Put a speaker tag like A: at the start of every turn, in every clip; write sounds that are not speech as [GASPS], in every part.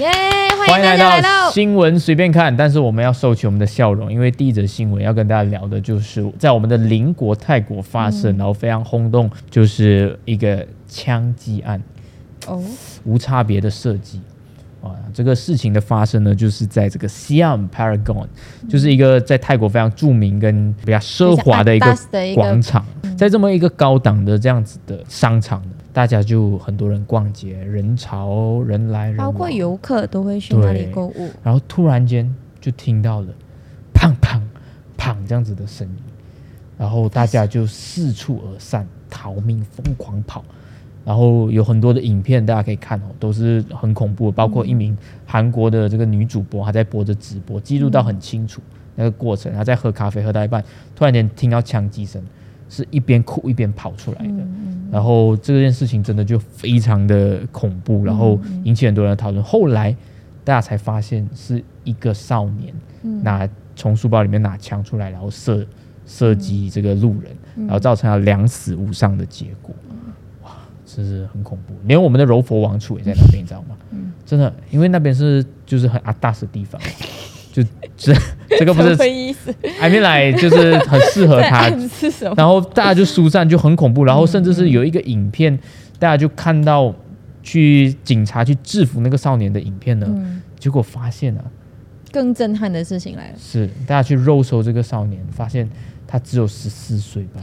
A: 耶！欢迎
B: 欢迎
A: 大
B: 来
A: 家来
B: 到
A: 到
B: 新闻随便看，但是我们要收起我们的笑容，因为第一则新闻要跟大家聊的就是在我们的邻国泰国发生，
A: 嗯
B: 然后非常轰动，就是一个枪击案，
A: 哦，
B: 无差别的射击。啊，这个事情的发生呢，就是在这个 Siam Paragon，、就是一个在泰国非常著名跟比较奢华的一
A: 比较
B: 个
A: atas 的一个嗯
B: 广场，在这么一个高档的这样子的商场，大家就很多人逛街，人潮人来人往，
A: 包括游客都会去那里
B: 对
A: 购物，
B: 然后突然间就听到了“砰砰砰”这样子的声音，然后大家就四处而散，逃命，疯狂跑。然后有很多的影片，大家可以看哦，都是很恐怖的，包括一名韩国的这个女主播，她在播着直播，记录到很清楚那个过程。她在喝咖啡，喝到一半，突然间听到枪击声，是一边哭一边跑出来的。然后这件事情真的就非常的恐怖，然后引起很多人的讨论。后来大家才发现是一个少年
A: 嗯
B: 拿从书包里面拿枪出来，然后射射击这个路人，
A: 嗯
B: 然后造成了两死无伤的结果。哇，真是很恐怖！连我们的柔佛王储也在那边，你知道吗？
A: 嗯
B: 真的，因为那边是就是很阿大的地方， [LAUGHS] 就这这个不是
A: 什么意思？
B: I mean like 就是很适合
A: [LAUGHS] 在
B: 他
A: 暗嗯示什么？
B: 然后大家就疏散，就很恐怖。然后甚至是有一个影片，大家就看到去警察去制服那个少年的影片呢，
A: 嗯
B: 结果发现啊，
A: 更震撼的事情来了，
B: 是大家去肉搜这个少年，发现他只有十四岁
A: [GASPS]
B: 吧。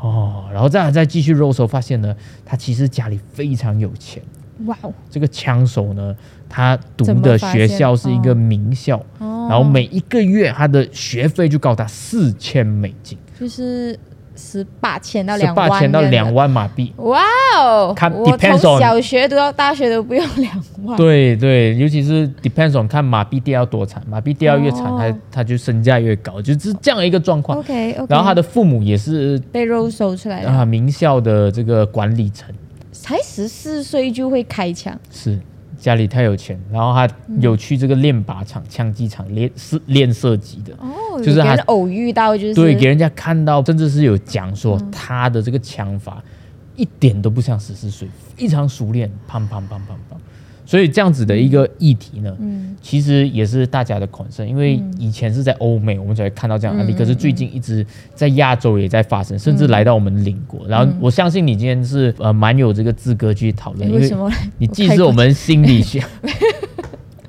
B: 哦，然后再再继续肉搜，发现呢，他其实家里非常有钱。
A: 哇哦！
B: 这个枪手呢，他读
A: 怎么
B: 的
A: 发
B: 学
A: 现
B: 校是一个
A: 哦
B: 名校，
A: 哦
B: 然后每一个月他的学费就高达四千美金，
A: 哦就是十八千到
B: 十
A: 两万，
B: 八千到两。万马币。
A: 哇哦！
B: 看
A: 我
B: depends
A: 从
B: on
A: 小学读到大学都不用两万，
B: 对对，尤其是 depends on 看马币掉多惨，马币掉越惨，它
A: 哦
B: 它就身价越高，就是这样一个状况。
A: OK，OK
B: 然后他的父母也是
A: 被肉搜出来了，
B: 啊名校的这个管理层，
A: 才十四岁就会开枪，
B: 是家里太有钱，然后他有去这个练靶场、枪击场练是练射击的。
A: 哦，
B: 就
A: 有
B: 是他
A: 别人偶遇到就是嗯
B: 对，给人家看到，甚至是有讲说他的这个枪法一点都不像十四岁，非常熟练，砰砰砰砰砰。所以这样子的一个议题呢，
A: 嗯
B: 其实也是大家的 concern，因为以前是在欧美我们才会看到这样
A: 嗯
B: 的案例，可是最近一直在亚洲也在发生，甚至来到我们邻国。然后我相信你今天是呃蛮有这个资格去讨论，
A: 哎
B: 因
A: 为什么嘞
B: 你既
A: 我开
B: 是
A: 过
B: 我们心理学。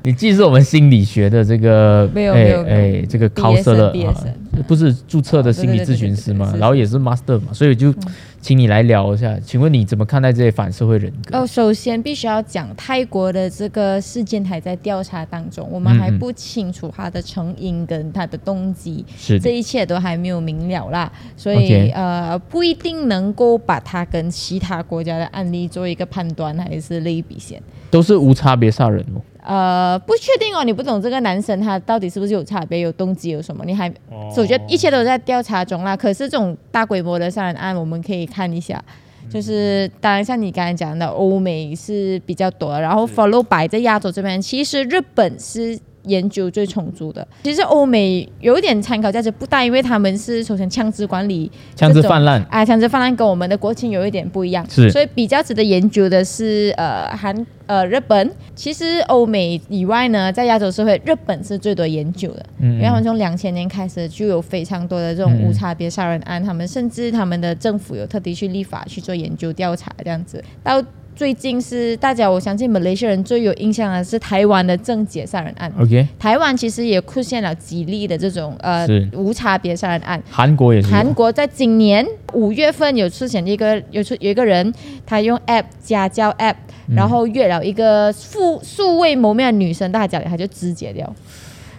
B: 你既是我们心理学的这个，
A: 没有
B: 哎
A: 没有没有
B: 哎这个
A: BSN
B: counselor 啊
A: BSN
B: 不是注册的心理咨询师
A: 哦对对对对对
B: 嘛
A: 是，是
B: 然后也是 master 嘛，所以就请你来聊一下，请问你怎么看待这些反社会人格？
A: 哦，首先必须要讲，泰国的这个事件还在调查当中，我们
B: 嗯
A: 还不清楚它的成因跟它的动机，
B: 是
A: 这
B: 的，
A: 一切都还没有明了啦，所以
B: OK
A: 呃，不一定能够把它跟其他国家的案例做一个判断还是类比线。
B: 都是无差别杀人哦。
A: 呃，不确定哦，你不懂这个男生他到底是不是有差别、有动机、有什么，你还，所以我觉得一切都在调查中啦。可是这种大规模的杀人案，我们可以看一下，就是当然像你刚才讲的，欧美是比较多的，然后 follow by 在亚洲这边，其实日本是。研究最充足的，其实欧美有一点参考价值不大，因为他们是首先枪支管理这
B: 枪支
A: 种
B: 泛滥
A: 啊，枪支泛滥跟我们的国情有一点不一样，
B: 是
A: 所以比较值得研究的是呃韩呃日本。其实欧美以外呢，在亚洲社会，日本是最多研究的，
B: 嗯
A: 因为他们从两千年开始就有非常多的这种无差别杀人案，他们甚至他们的政府有特地去立法去做研究调查这样子，到。最近是大家，我相信马来西亚人最有印象的是台湾的政界杀人案。
B: OK，
A: 台湾其实也出现了几例的这种呃
B: 是
A: 无差别杀人案，
B: 韩国也是
A: 韩国在今年五月份有出现一个有出有一个人，他用 app 家教 app，、然
B: 嗯
A: 后约了一个素素未谋面的女生到他家里，他就肢解掉。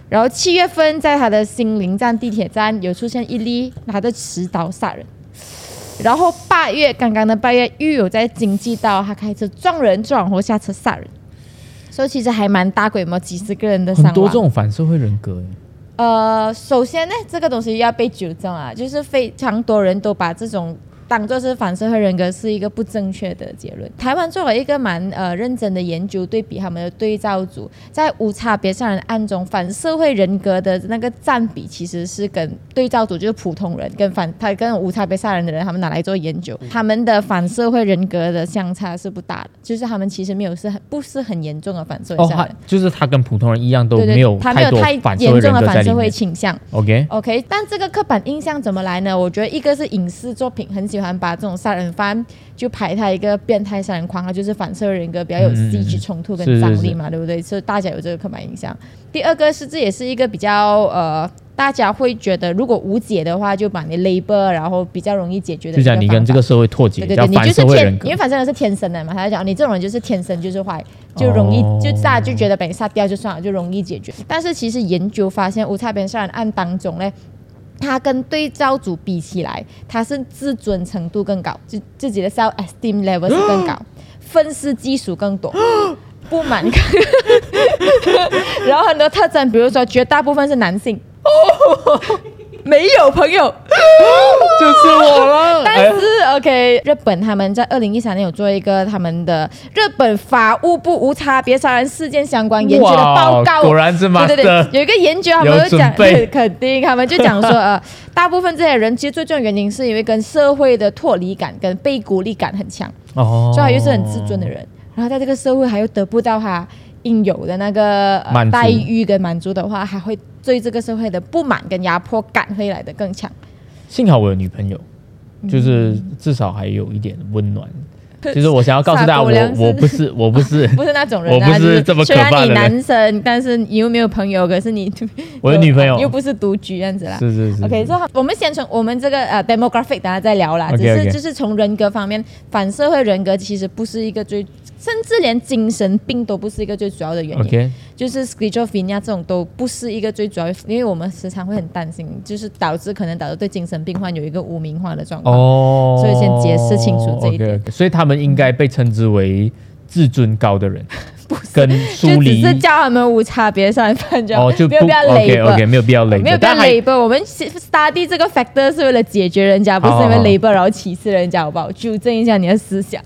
A: 然后七月份在他的新林站地铁站有出现一例他的持刀杀人。然后八月刚刚的八月，狱友在经济道他开车撞人，撞然后下车杀人，所以其实还蛮大规模，几十个人的伤亡。
B: 很多这种反社会人格，
A: 呃，首先呢，这个东西要被纠正啊，就是非常多人都把这种当做是反社会人格是一个不正确的结论。台湾做了一个蛮呃认真的研究，对比他们的对照组，在无差别杀人案中，反社会人格的那个占比其实是跟对照组就是普通人跟反他跟无差别杀人的人，他们拿来做研究，他们的反社会人格的相差是不大的，就是他们其实没有是很不是很严重的反社会
B: 哦，
A: 杀
B: 他
A: 人。
B: 就是他跟普通人一样，都
A: 对
B: 没有
A: 对，他没有
B: 多
A: 太
B: 反社会
A: 严
B: 人
A: 重的
B: 格在
A: 反
B: 里
A: 社会
B: 面。
A: 倾向。
B: OK，
A: OK，但这个刻板印象怎么来呢？我觉得一个是影视作品很喜欢把这种杀人犯就排他一个变态杀人狂，他就是反社会人格，比较有
B: 嗯嗯嗯
A: C 级冲突
B: 是
A: 跟
B: 是
A: 张
B: 是
A: 力嘛，对不对？所以大家有这个刻板印象。第二个是这也是一个比较呃，大家会觉得如果无解的话，就把你 label，然后比较容易解决的
B: 就
A: 一个
B: 讲你跟
A: 方
B: 这
A: 法
B: 个社会脱节
A: 对，对
B: 叫
A: 对，你
B: 反
A: 就是
B: 社会人
A: 天，
B: 格
A: 因为。反社人是天生的嘛，他就讲你这种人就是天生就是坏，就容易、
B: 哦
A: 就大家就觉得把你杀掉就算了，就容易解决。但是其实研究发现，无差别杀人案当中呢。他跟对照组比起来，他是自尊程度更高，自自己的 self esteem level 是更
B: [GASPS]
A: 高，愤世嫉俗更多， [GASPS] 不满 [LAUGHS] 更。然后很多特征，比如说绝大部分是男性， [LAUGHS] 没有朋友，
B: 就是我了。
A: 但是、OK，日本他们在二零一三年有做一个他们的日本法务部无差别杀人事件相关研究的报告
B: 哇，果然是
A: 对对
B: master
A: 对，有一个研究，他们
B: 有
A: 就讲
B: 准，备
A: 对肯定他们就讲说，呃，大部分这些人其实最重要的原因是因为跟社会的脱离感跟被鼓励感很强，
B: 哦，
A: 所以他又是很自尊的。人，然后在这个社会还又得不到他应有的那个、
B: 满
A: 呃、
B: 足
A: 待遇跟满足的话，还会对这个社会的不满跟压迫感会来的更强。
B: 幸好我有女朋友，就是至少还有一点
A: [LAUGHS]
B: 温暖。就是我想要告诉大家，
A: 撒狗粮
B: 我
A: 是
B: 我不是我不是
A: [LAUGHS] 不是那种人、啊，
B: 我不是
A: 就
B: 这么可
A: 虽然
B: 怕的
A: 你
B: 人
A: 男生，但是你又没有朋友，可是你
B: [LAUGHS] 我有女朋友
A: 又不是独居这样子啦。
B: 是是是
A: OK，
B: 是
A: 所以我们先从我们这个呃 demographic 等下再聊啦。
B: OK，
A: 只是
B: OK
A: 就是从人格方面，反社会人格其实不是一个最，甚至连精神病都不是一个最主要的原因。
B: OK，
A: 就是 schizophrenia 这种都不是一个最主要，因为我们时常会很担心，就是导致可能导致对精神病患有一个无名化的状况。
B: 哦，
A: 所以先解释清楚这一点
B: o k 所以他们应该被称之为自尊高
A: [LAUGHS]
B: 的人，跟
A: 就
B: 疏
A: 只
B: 离
A: 是叫他们无差别杀人犯就好，
B: 哦，就
A: 不
B: 不
A: 要不要
B: OK
A: label
B: OK，没有必要累，
A: 没有不要
B: 但还
A: label，我们 study 这个 factor 是为了解决人家，不是因
B: 好好好
A: 为 label 然后歧视人家，好不好？纠正一下你的思想。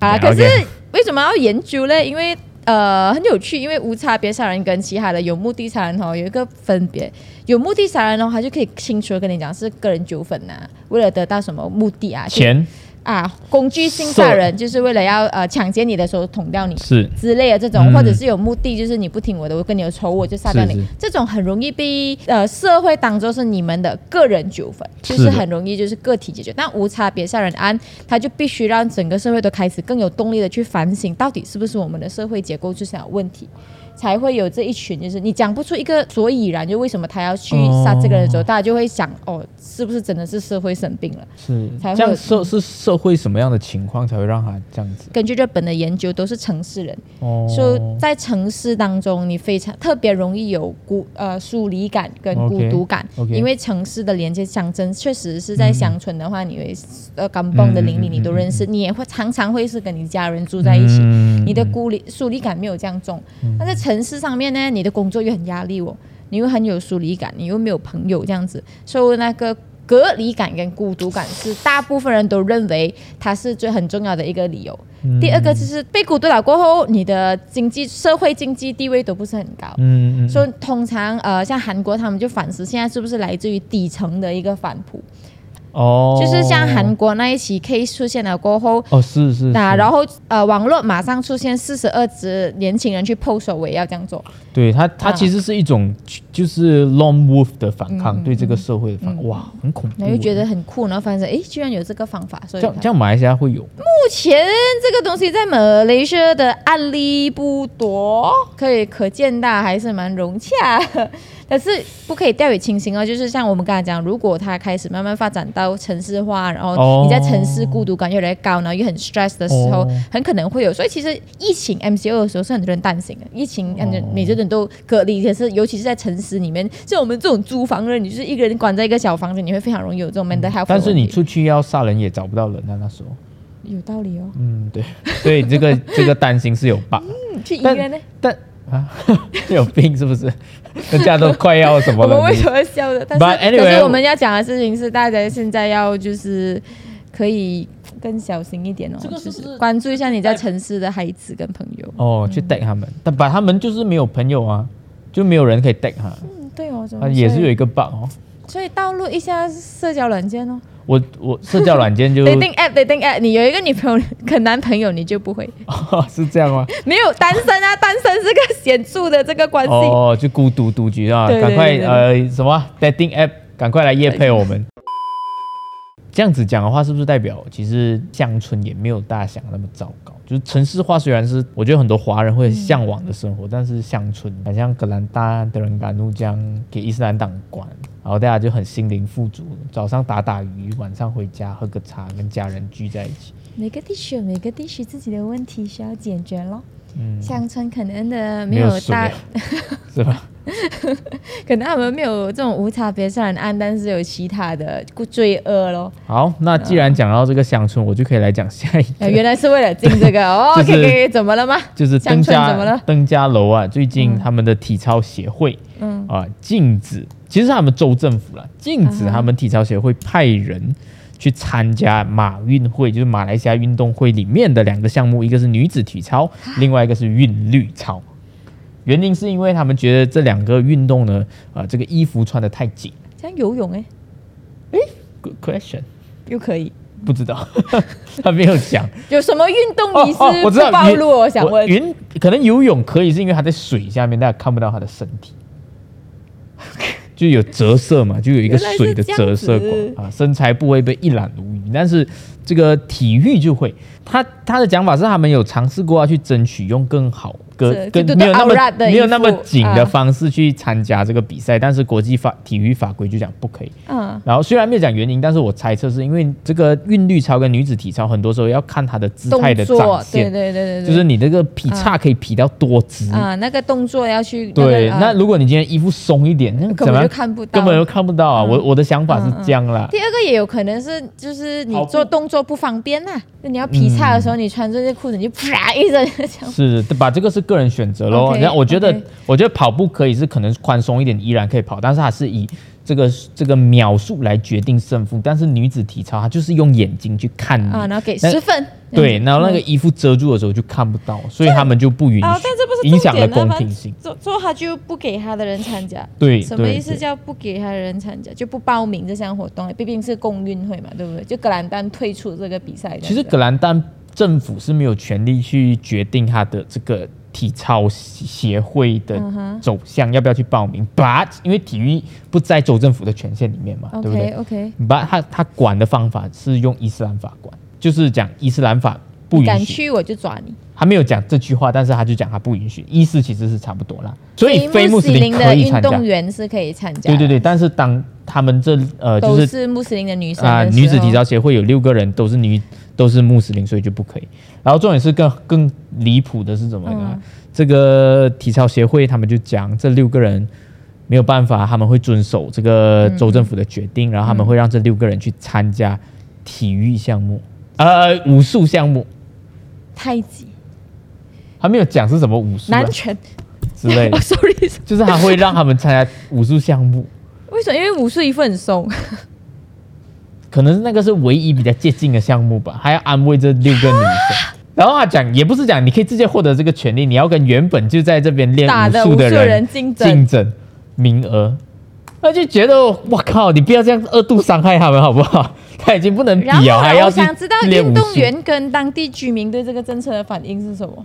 A: 好啦，
B: Yeah,
A: 可
B: OK
A: 是为什么要研究呢？因为呃很有趣，因为无差别杀人跟其他的有目的杀人哦有一个分别。有目的杀人的话，就可以清楚的跟你讲是个人纠纷呐、为了得到什么目的啊？
B: 钱
A: 啊，工具性杀人就是为了要呃抢劫你的时候捅掉你。
B: 是
A: 之类的这种，
B: 嗯
A: 或者是有目的，就是你不听我的，我跟你有仇，我就杀掉你。
B: 是是
A: 这种很容易被呃社会当做是你们的个人纠纷，就是是
B: 的
A: 很容易呃就是个体解决。但无差别杀人案，它就必须让整个社会都开始更有动力的去反省，到底是不是我们的社会结构出现了问题。才会有这一群，就是你讲不出一个所以然，就为什么他要去杀这个人的时候，大家就会想，哦，是不是真的是社会生病了？
B: 是
A: 才会
B: 这样
A: 有
B: 社是社会什么样的情况才会让他这样子？
A: 根据日本的研究，都是城市人，
B: 哦，
A: 就在城市当中，你非常特别容易有孤呃疏离感跟
B: OK，
A: 孤独感
B: OK
A: 因为城市的连接乡镇确实是在乡村的话，你会呃港蹦的邻里
B: 嗯嗯嗯
A: 你都认识，你也会常常会是跟你家人住在一起，
B: 嗯
A: 你的孤离疏离感没有这样重。但在城市上面呢，你的工作又很压力哦，你又很有疏离感，你又没有朋友这样子，所以那个。隔离感跟孤独感是大部分人都认为它是最很重要的一个理由。
B: 嗯
A: 第二个就是被孤独了过后，你的经济、社会经济地位都不是很高。
B: 嗯嗯
A: 所以通常呃，像韩国他们就反思，现在是不是来自于底层的一个反扑？
B: 哦，
A: 就是像韩国那一起 case 出现了过后，
B: 哦是是，
A: 那、
B: 是
A: 然后呃，网络马上出现四十二只年轻人去 post 我也要这样做，
B: 对他，他
A: 啊
B: 其实是一种就是 lone wolf 的反
A: 嗯
B: 抗，对这个社会的反抗，哇，很恐怖
A: 然
B: 欸。
A: 后就嗯觉得很酷，然后发现诶，居然有这个方法，所以
B: 这样
A: 它
B: 这样马来西亚会有
A: 目前这个东西在马来西亚的案例不多，可以可见大家还是蛮融洽的，但是不可以掉以轻心哦。就是像我们刚才讲，如果它开始慢慢发展到城市化，然
B: 哦
A: 后你在城市孤独感越来越高，然后又很 stress 的时候，
B: 哦
A: 很可能会有。所以其实疫情 MCO 的时候是很多人担心的，疫情感觉
B: 哦
A: 每个人都隔离，可是尤其是在城市里面，像我们这种租房的人，你就是一个人关在一个小房子，你会非常容易有这种 mental health 的问题。
B: 嗯但是你出去要杀人也找不到人啊，那时候，
A: 有道理哦，
B: 嗯，
A: [LAUGHS]
B: 对，所以这个这个担心是有 bug，
A: 嗯去医
B: 但
A: 院呢？
B: 但啊 [LAUGHS] 有病是不是？ [LAUGHS] 人家都快要什么
A: 我们
B: 了？
A: 为
B: 你
A: 什么笑的？但
B: But
A: 是，
B: anyway，
A: 但是我们要讲的事情是，大家现在要就是可以更小心一点哦。
B: 这个是不
A: 就是是关注一下你在城市的孩子跟朋友？
B: 哦，去 tag 他们，但把他们就是没有朋友啊，就没有人可以 tag 他，
A: 嗯，对哦，怎么
B: 啊也是有
A: 所以
B: 一个 bug 哦。
A: 所以道路一下社交软件哦
B: 我我社交软件就 [LAUGHS]
A: ，dating app，dating app，你有一个女朋友跟男朋友，你就不会
B: 是这样吗？
A: 没有单身啊，单身是个显著的这个关系。
B: 哦，就孤独独居啊，
A: 对
B: 赶
A: 对
B: 快
A: 对对
B: 呃什么啊 dating app，赶快来夜配我们。这样子讲的话，是不是代表其实乡村也没有大家想的那么糟糕？就是城市化虽然是我觉得很多华人会向往的生活，但是乡村，好像格兰丹、德伦甘努这样给伊斯兰党管，然后大家就很心灵富足，早上打打鱼，晚上回家喝个茶，跟家人聚在一起。
A: 每个地区有每个地区自己的问题需要解决咯。
B: 嗯，
A: 乡村可能的
B: 没
A: 没
B: 有
A: 有
B: 水
A: 大
B: 啊，是吧？
A: 可能他们没有这种无差别杀人案，但是有其他的罪恶咯。
B: 好，那既然讲到这个乡村，我就可以来讲下一个。
A: [LAUGHS] 呃原来是为了进这
B: [LAUGHS]
A: 个哦，OK，
B: 就是
A: OK，怎么了吗？
B: 就是登
A: 乡村怎么
B: 嘉
A: 了？
B: 登嘉楼啊，最近他们的体操协会，嗯
A: 嗯
B: 啊、禁止，其实是他们州政府啦，禁止
A: 啊
B: 他们体操协会派人去参加马运会，就是马来西亚运动会里面的两个项目，一个是女子体
A: 啊
B: 操，另外一个是韵律操。原因是因为他们觉得这两个运动呢，啊，这个衣服穿的太紧。
A: 像游泳哎、
B: Good question，
A: 又可以，
B: 不知道， [LAUGHS] 他没有讲。
A: 有什么运动
B: 哦
A: 仪式
B: 哦，我知道
A: 不暴
B: 云
A: 露？我想问，
B: 云可能游泳可以是因为它在水下面，大家看不到它的身体，就有折射嘛，就有一个水的折射
A: 原来是这样子
B: 光啊，身材不会被一览无余。但是这个体育就会，他他的讲法是他们有尝试过要去争取用更好、更
A: 是
B: 更
A: 就
B: 没有那么
A: 就 outrat 的衣服
B: 没有那么紧的
A: 啊
B: 方式去参加这个比赛，但是国际法体育法规就讲不可以。
A: 嗯，
B: 然后虽然没有讲原因，但是我猜测是因为这个韵律操跟女子体操，很多时候要看她的姿
A: 动
B: 态的
A: 作
B: 展，
A: 对
B: 现，
A: 对对对对，
B: 就是你这个劈叉可以劈到多直。
A: 啊、那个动作要去
B: 对，
A: 那个
B: 那
A: 啊
B: 如果你今天衣服松一点，那
A: 根
B: 怎么
A: 本
B: 样
A: 就看不到，
B: 根本就看不到啊！
A: 嗯
B: 我我的想法是这样啦，
A: 第二个也有可能是，就是你
B: 跑步
A: 做动作不方便呐、那你要劈叉的时候，
B: 嗯
A: 你穿着这裤子你就啪一声就这样。
B: 是把这个是个人选择咯。
A: OK，
B: 然后我觉得
A: OK
B: 我觉得跑步可以是可能宽松一点，依然可以跑，但是它是以这个这个秒数来决定胜负。但是女子体操，它就是用眼睛去看你，
A: 啊，然后给
B: 那
A: 十分。
B: 对，然后那个
A: 嗯
B: 衣服遮住的时候就看不到，所以他们就不允许，
A: 啊，但这不是
B: 影响
A: 重
B: 了
A: 点啊
B: 公
A: 反
B: 平
A: 正
B: 性。
A: 做做他就不给他的人参加。
B: 对
A: 什么
B: 对
A: 意思
B: 对
A: 叫不给他的人参加？就不报名这项活动，毕竟是共运会嘛，对不对？就格兰丹退出这个比赛。
B: 其实
A: 这
B: 格
A: 样
B: 兰丹政府是没有权利去决定他的这个体操协会的
A: 嗯哼
B: 走向要不要去报名，but 因为体育不在州政府的权限里面嘛，
A: 子
B: 对不对
A: OK OK，
B: ？but 他他管的方法是用伊斯兰法管，就是讲伊斯兰法不
A: 你
B: 允
A: 敢
B: 许。
A: 去我就抓你。
B: 他没有讲这句话，但是他就讲他不允许，意思其实是差不多啦。所以非穆斯
A: 林
B: 林可
A: 的
B: 以
A: 运
B: 参加
A: 动，员是可以参加
B: 对
A: 的。
B: 对对，但是当他们这呃就
A: 都
B: 是
A: 是穆斯林的女生
B: 啊、
A: 的时
B: 女子体
A: 候
B: 操协会有六个人都是女都是穆斯林，所以就不可以。然后重点是更更离谱的是怎么呢？
A: 嗯
B: 这个体操协会他们就讲这六个人。没有办法，他们会遵守这个州政府的决定，然后他们会让这六个人去参加体育项目，
A: 嗯
B: 呃，武术项目。
A: 太极、
B: 他没有讲是什么武术、啊
A: 南、拳。
B: 之类
A: [LAUGHS]
B: 的
A: 哦，，sorry，
B: 就是他会让他们参加武术项目，
A: 为什么？因为武术衣服很
B: [LAUGHS]
A: 松，
B: 可能那个是唯一比较接近的项目吧，还要安慰这六个女
A: 啊
B: 生。然后他讲，也不是讲你可以直接获得这个权利，你要跟原本就在这边练
A: 打的
B: 武术的
A: 武术
B: 人
A: 人竞争
B: 名额，那就觉得我靠，你不要这样二度伤害他们好不好？ [LAUGHS] 他已经不能比
A: 然后
B: 了，还
A: 啊
B: 要
A: 我
B: 去
A: 想知道
B: 练武
A: 运动
B: 术。
A: 员跟当地居民对这个政策的反应是什么？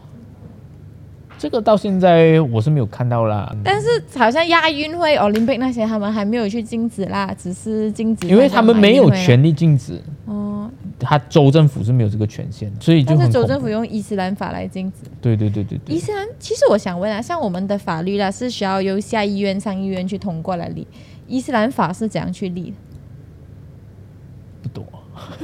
B: 这个到现在我是没有看到啦，
A: 但是好像亚运会、Olympic 那些他们还没有去禁止啦，只是禁止，
B: 因为他们没有。
A: 啊
B: 权利禁止，
A: 哦，
B: 他州政府是没有这个权限的，所以就
A: 但是
B: 很
A: 州
B: 恐
A: 政
B: 怖
A: 府。用伊斯兰法来禁止。
B: 对对对对对
A: 伊。斯兰，其实我想问啊，像我们的法律啦，是需要由下议院、上议院去通过来立，伊斯兰法是怎样去立的？
B: 不懂，啊 [LAUGHS]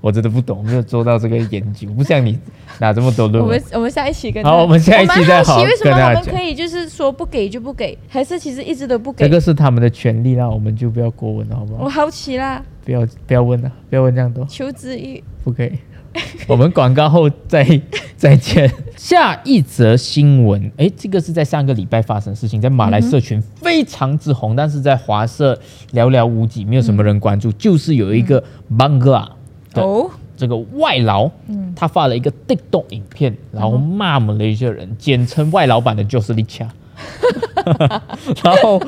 B: 我真的不懂，没有做到这个研究，不像你拿这么多论
A: 我
B: 文
A: 们。我们下一期跟
B: 好我们下一期再好
A: 我蛮好奇为什么
B: 跟大家
A: 他
B: 讲
A: 们可以就是说不给就不给，还是其实一直都不给？
B: 这个是他们的权利啦，我们就不要过问了，好不
A: 我
B: 好？
A: 好奇啦，
B: 不要不要问了，不要问这样多，
A: 求知欲。
B: 不
A: [LAUGHS]
B: 可以。我们广告后再 [LAUGHS] 再见。下一则新闻，诶，这个是在上个礼拜发生的事情，在马来社群非常之红，
A: 嗯
B: 但是在华社寥寥无几，没有什么人关注。就是有一个 b a n g a 对
A: 哦，
B: 这个外劳，
A: 嗯
B: 他发了一个 TikTok 影片，然后骂我们的一些人，简称外老板的就是利
A: [LAUGHS]
B: 恰，然后，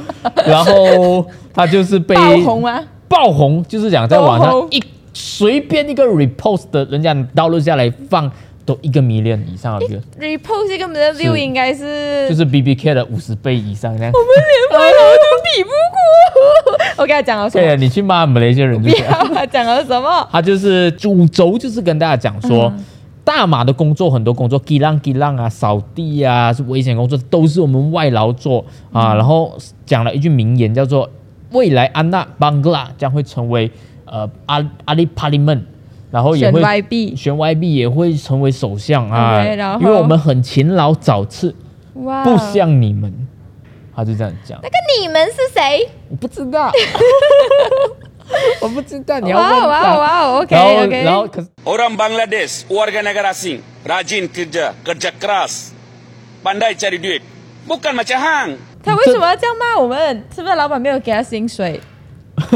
B: 然后他就是被
A: 爆红啊吗？
B: 爆红就是讲在网
A: 爆
B: 上
A: 红
B: 一随便一个 repost 的人家道路下来放都一个 million 以上的 view，
A: repost 这个 m i l view
B: 是
A: 应该是
B: 就是 B B K 的五十倍以上这样。
A: [LAUGHS] 连外劳都比不过。我跟他讲了什
B: 对啊，
A: 么？
B: 你去骂马来西亚人
A: 不
B: 就是这样，
A: 要啊讲了什么？
B: 他就是主轴就是跟大家讲说。大马的工作很多工作，吉浪吉浪啊，扫地啊，是危险工作，都是我们外劳做啊。然后讲了一句名言，叫做“未来安娜邦格拉将会成为呃阿阿里帕里曼”，然后 [LAUGHS] 也
A: 选
B: 会
A: YB，
B: 选 YB 也会成为首相啊
A: OK，然后
B: 因为我们很勤劳早次，
A: 哇，
B: 不像你们。他就这样讲，
A: 那个你们是谁？
B: 我不知 [LAUGHS] 道，我不知道，你要问
A: 哇
B: 他。
A: 哇哇，OK
B: 然后
A: OK，
B: 然后可是
C: Orang Bangladesh, warga negara asing, rajin kerja, kerja keras, pandai cari duit. Bukan macam hang.
A: 他为什么要这样骂我们？是不是老板没有给他薪水？ [LAUGHS]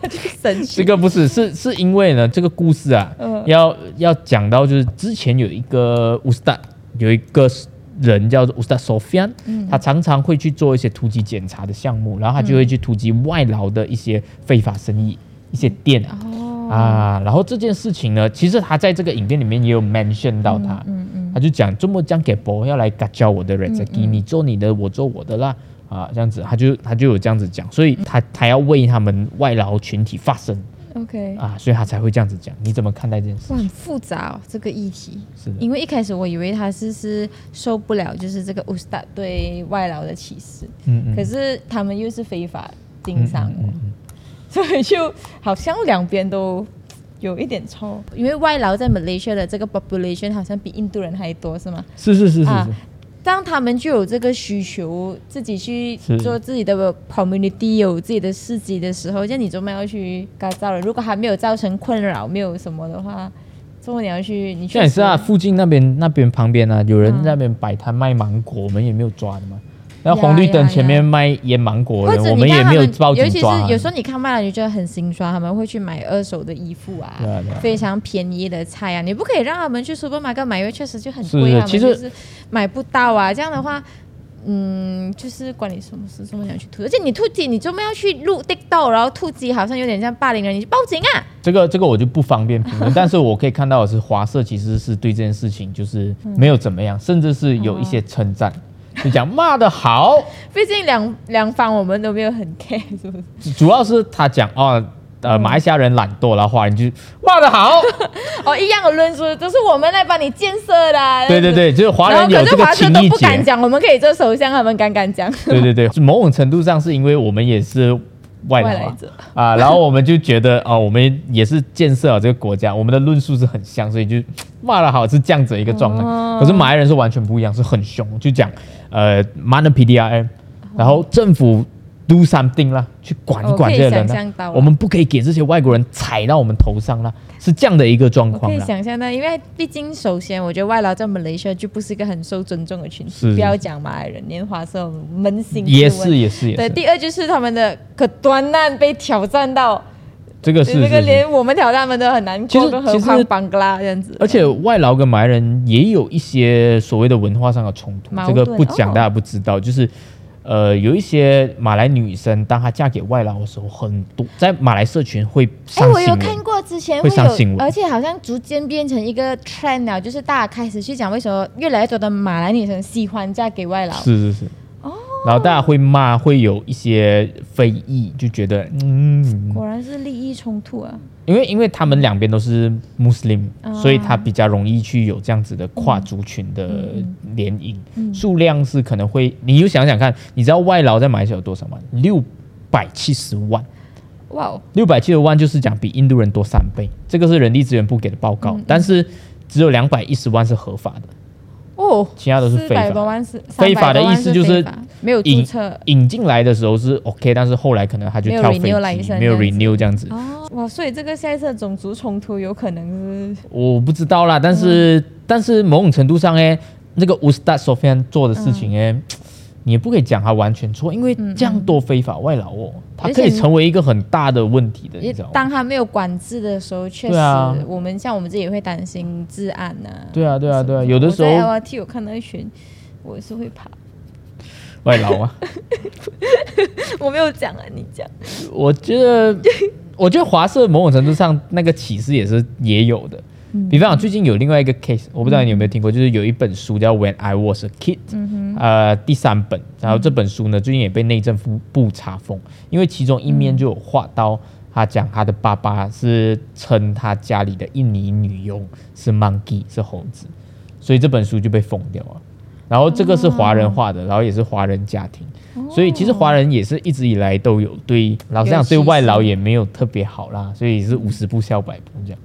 A: 他就生
B: 这
A: 气。
B: 个不是，是是因为呢，这个故事啊，
A: 嗯
B: 要要讲到就是之前有一个乌斯达，有一个人叫做乌斯达 Sofian，、他常常会去做一些突击检查的项目，然后他就会去突击外劳的一些非法生意、一些店啊。
A: 哦
B: 啊，然后这件事情呢，其实他在这个影片里面也有 mention 到他，他就讲这么讲给博要来嘎教我的 r e z a k i 你做你的，我做我的啦，啊，这样子，他就他就有这样子讲，所以他他要为他们外劳群体发声，
A: OK，
B: 啊，所以他才会这样子讲。你怎么看待这件事
A: 哇，？很复杂哦，这个议题。
B: 是的
A: 因为一开始我以为他是是受不了，就是这个 Ustad 对外劳的歧视，
B: 嗯嗯
A: 可是他们又是非法经商，所以就好像两边都有一点错。因为外劳在 Malaysia 的这个 population 好像比印度人还多，是吗？
B: 是是是是
A: 啊，当他们就有这个需求，自己去
B: 是
A: 做自己的 community，有自己的市集的时候，像你周末要去改造了，如果还没有造成困扰，没有什么的话，周末你要去，你
B: 像
A: 确
B: 也
A: 实嗯
B: 是啊，附近那边那边旁边啊，有人在那边摆摊卖芒果，我们也没有抓的嘛。然后
A: 呀
B: 红绿灯
A: 呀
B: 前面卖腌芒果
A: 或
B: 的人，
A: 者
B: 我
A: 你
B: 也
A: 看他
B: 没有
A: 们，
B: 报
A: 尤
B: 警
A: 其是
B: 抓啊。
A: 有时候你看卖了，你觉得很心酸，他们会去买二手的衣服啊，
B: 对啊对啊
A: 非常便宜的菜啊，你不可以让他们去 supermarket 买，因为确实就很
B: 是
A: 贵啊，
B: 其
A: 他们
B: 实
A: 就是买不到啊。这样的话，嗯，就是管你什么事，这么想去吐，而且你吐鸡，你就没有去录 TikTok，然后吐鸡好像有点像霸凌人，你就报警啊。
B: 这个这个我就不方
A: [LAUGHS]
B: 便评论，但是我可以看到的是，华社其实是对这件事情就是
A: 嗯
B: 没有怎么样，甚至是有一些称赞，就讲骂的好。
A: 毕竟两两方我们都没有很 care，是不是？
B: 主要是他讲哦，呃，马来西亚人懒惰，然后华人就骂
A: [LAUGHS]
B: 的好。
A: 哦，一样的论述都是我们来帮你建设的啊、
B: 对对对，就是华
A: 然后
B: 人有
A: 可
B: 这
A: 是
B: 个
A: 华
B: 情
A: 社都
B: 意
A: 不
B: 结。
A: 敢讲，我们可以做首相，他们敢敢讲。 [LAUGHS]
B: 对对对，某种程度上是因为我们也是
A: 外
B: 外来
A: 来者
B: 啊，然后我们就觉得啊、我们也是建设了这个国家，我们的论述是很像，所以就骂的好是这样子的一个状态。
A: 哦
B: 可是马来人是完全不一样，是很凶，就讲呃 mana
A: 哦
B: PDRM，然后政府 do something 啦，去管一
A: 我
B: 管
A: 哦可以
B: 这些人
A: 想象
B: 啦
A: 到啊
B: 我们不可以给这些外国人踩到我们头上啦，是这样的一个状
A: 我可
B: 况
A: 以
B: 啦。
A: 想象到，因为毕竟首先，我觉得外劳在 Malaysia 就不是一个很受尊重的群体，
B: 是
A: 不要讲马来人，连华社我们扪心自问
B: 也是也是也
A: 对，
B: 是，
A: 第二就是他们的可端难被挑战到，
B: 这个是
A: 那
B: 是
A: 个
B: 是
A: 连我们挑战他们都很难
B: 其
A: 过，
B: 实
A: 更何
B: 其实
A: 况邦格拉这样子。
B: 而且外劳跟马来人也有一些所谓的文化上的冲突
A: 矛，
B: 这
A: 盾
B: 个不讲
A: 哦
B: 大家不知道，就是。呃，有一些马来女生，当她嫁给外劳的时候，很多在马来社群会
A: 哎，
B: 上
A: 我
B: 新
A: 有
B: 闻。
A: 看过之前
B: 欸会
A: 会
B: 上新
A: 有，
B: 闻
A: 而且好像逐渐变成一个 trend 了，就是大家开始去讲为什么越来越多的马来女生喜欢嫁给外劳。
B: 是是是。
A: 哦
B: 然后大家会骂，会有一些非议，就觉得嗯，
A: 果然是利益冲突啊！
B: 因为因为他们两边都是 Muslim，、
A: 啊
B: 所以他比较容易去有这样子的跨族群的
A: 嗯
B: 联姻，数量是可能会，你就想想看，你知道外劳在马来西亚有多少吗？六百七十万，
A: 哇哦，
B: 六百七十万就是讲比印度人多三倍，这个是人力资源部给的报告，
A: 嗯
B: 但是只有两百一十万是合法的，
A: 哦，
B: 其他都是非法
A: 400多万是
B: 非法的意思就
A: 300多万非
B: 是
A: 法没有注
B: 引
A: 册。
B: 引进来的时候是 OK，但是后来可能他就
A: 没有
B: 跳飞
A: renew license
B: 机，没有
A: 这样子
B: renew 这样子，
A: 哦，哇，所以这个下一次的种族冲突有可能是
B: 我不知道啦，
A: 嗯嗯
B: 但是、但是某种程度上，哎，那个 Ustad Sofian 做的事情，哎、你也不可以讲他完全错，因为这样多非法外劳哦，他可以
A: 而且
B: 成为一个很大的问题的，你
A: 也
B: 知道吗？
A: 当他没有管制的时候，确实
B: 对啊，
A: 我们像我们自己也会担心治安呐、
B: 对啊，对啊，对啊，
A: 什么
B: 有的时候
A: 我在 LRT 有看到一群，我也是会怕。
B: 外劳啊，
A: 我没有讲啊，你讲。
B: 我觉得，我觉得华社某种程度上那个歧视也是也有的。比方讲，最近有另外一个 case，我不知道你有没有听过，就是有一本书叫《When I Was a Kid》，呃，第三本。然后这本书呢，最近也被内政部部查封，因为其中一面就有画到他讲他的爸爸是称他家里的印尼女佣是 monkey 是猴子，所以这本书就被封掉了。然后这个是华人画的，然后也是华人家庭，所以其实华人也是一直以来都有对老实讲对外劳也没有特别好啦，所以也是五十步笑百步这样。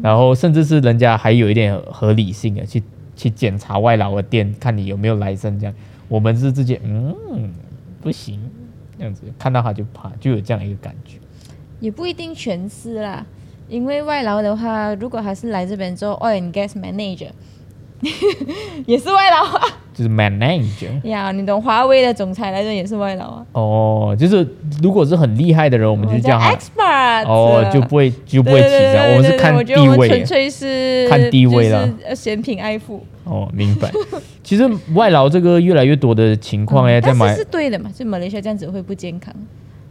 B: 然后甚至是人家还有一点合理性的去去检查外劳的店，看你有没有来生这样。我们是直接嗯不行这样子，看到他就怕，就有这样一个感觉。
A: 也不一定全是啦，因为外劳的话，如果还是来这边做 oil and gas manager，也是外劳啊。
B: 就是 manager
A: 呀，你懂华为的总裁来这也是外劳啊。
B: 哦，就是如如果是很厉害的人，我们就叫他
A: 哦 expert
B: 哦，就不会就不会起
A: 啊对对对
B: 争，
A: 对
B: 我们是
A: 对
B: 看
A: 我觉得
B: 地
A: 我们
B: 位
A: 纯
B: 的。
A: 粹是
B: 看地位啦
A: 就是呃嫌贫爱富。
B: 哦，明白。 [LAUGHS] 其实外劳这个越来越多的情况哎，
A: 嗯
B: 在
A: 但
B: 马来
A: 是是对的嘛，就马来西亚这样子会不健康。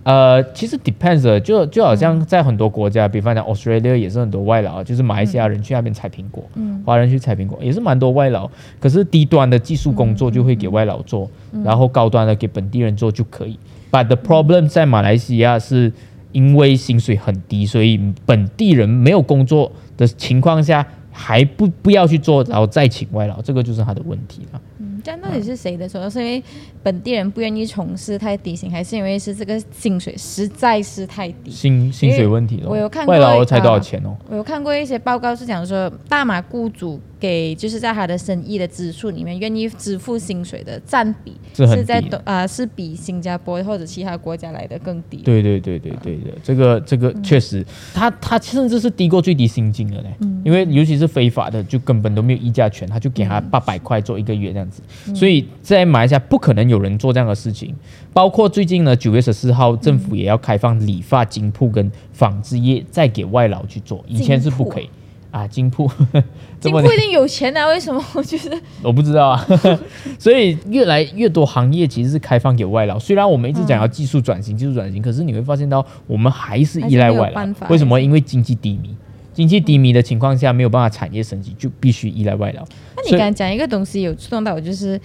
B: 呃，其实 depends，的就就好
A: 嗯
B: 像在很多国家，比方讲 Australia 也是很多外劳，啊就是马来西亚人去那边采苹果，
A: 嗯
B: 华人去采苹果也是蛮多外劳。可是低端的技术工作就会给外劳做，
A: 嗯
B: 然后高端的给本地人做就可以。But the problem 在马来西亚是因为薪水很低，所以本地人没有工作的情况下，还不不要去做，然后再请外劳，这个就是他的问题了。
A: 嗯，但到底是谁的错？是因为本地人不愿意从事太低薪，还是因为是这个薪水实在是太低？
B: 薪薪水问题咯
A: 我有看过
B: 外劳才多少
A: 啊
B: 钱哦？
A: 我有看过一些报告是讲说，大马雇主给就是在他的生意的支出里面愿意支付薪水的占比
B: 是很低
A: 是在啊、是比新加坡或者其他国家来的更低。
B: 对对对对对的，这个这个确实，他他甚至是低过最低薪金的嘞，因为尤其是非法的，就根本都没有议价权，他就给他八百块做一个月这样子，所以在马来西亚不可能有人做这样的事情。包括最近呢，九月十四号，政府也要开放理发、金铺跟纺织业再给外劳去做，以前是不可以啊，金铺 [LAUGHS] 这
A: 金
B: 么
A: 库一定有钱啊？ [LAUGHS] 为什么？我觉得
B: 我不知道啊， [LAUGHS] 所以越来越多行业其实是开放给外劳。虽然我们一直讲要技术转型，技术转型，可是你会发现到我们还是依
A: 嗯还
B: 赖
A: 是没
B: 外
A: 有
B: 劳
A: 办法。
B: 为什么？因为经济低迷，经济低迷的情况下没有办法产业升级，就必须依赖外劳。
A: 那你
B: 所以
A: 刚才讲一个东西有触动到我，就是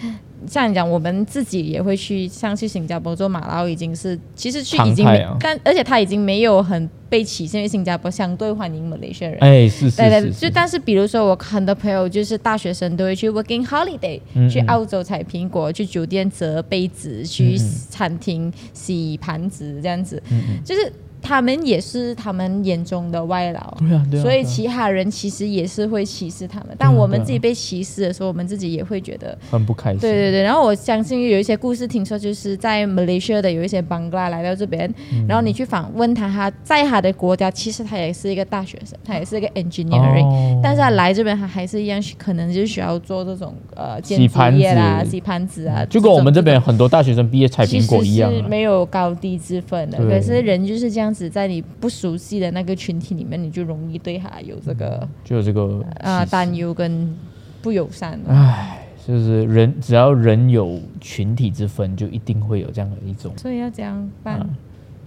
A: 像你讲，我们自己也会去，像去新加坡做马劳已经是，其实去已经
B: 常
A: 没，
B: 态啊
A: 但而且他已经没有很被歧视，因为新加坡相对欢迎马来西亚人。
B: 哎，是是
A: 对对，
B: 是，
A: 就是但是比如说我很多朋友就是大学生都会去 working holiday，、
B: 嗯
A: 去澳洲采苹果，去酒店折杯子，去餐厅
B: 嗯
A: 洗盘子这样子，就是他们也是他们眼中的外劳。
B: 对啊对啊。
A: 所
B: 对
A: 以
B: 啊
A: 其他人其实也是会歧视他们，但我
B: 对
A: 们
B: 啊
A: 自己被歧视的时候，我们自己也会觉得，
B: 很不开心。
A: 对对对。然后我相信有一些故事，听说就是在 Malaysia 的有一些 Bangla 来到这边，
B: 嗯
A: 然后你去访问他，他在他的国家其实他也是一个大学生，他也是一个 engineering，、
B: 哦
A: 但是他来这边他还是一样需，可能就是需要做这种呃
B: 洗
A: 兼职业啦、
B: 盘子嗯
A: 洗盘子啊，
B: 就跟我们这
A: 种
B: 边很多大学生毕业采
A: 其
B: 苹果
A: 实
B: 一样
A: 是
B: 啊。
A: 没有高低之分的，
B: 对
A: 可是人就是这样子，在你不熟悉的那个群体里面，你就容易对他有这个
B: 就有这个
A: 啊、
B: 歧视
A: 担忧跟不友善啊的。
B: 唉，就是人只要人有群体之分，就一定会有这样的一种
A: 所以要这样办，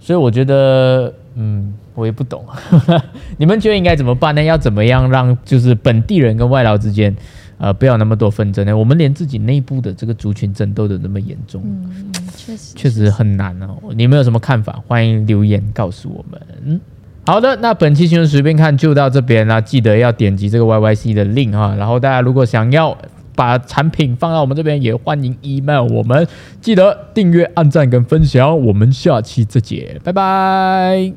B: 所以我觉得，嗯，我也不懂， [LAUGHS] 你们觉得应该怎么办呢？要怎么样让就是本地人跟外劳之间，呃，不要有那么多纷争呢？我们连自己内部的这个族群争斗的那么严重，
A: 嗯，确实。
B: 确实很难哦。你们有什么看法？欢迎留言告诉我们。嗯好的，那本期新闻随便看就到这边啦、记得要点击这个 YYC 的 link 哈。然后大家如果想要把产品放到我们这边，也欢迎 email 我们。记得订阅、按赞跟分享。我们下期再见，拜拜。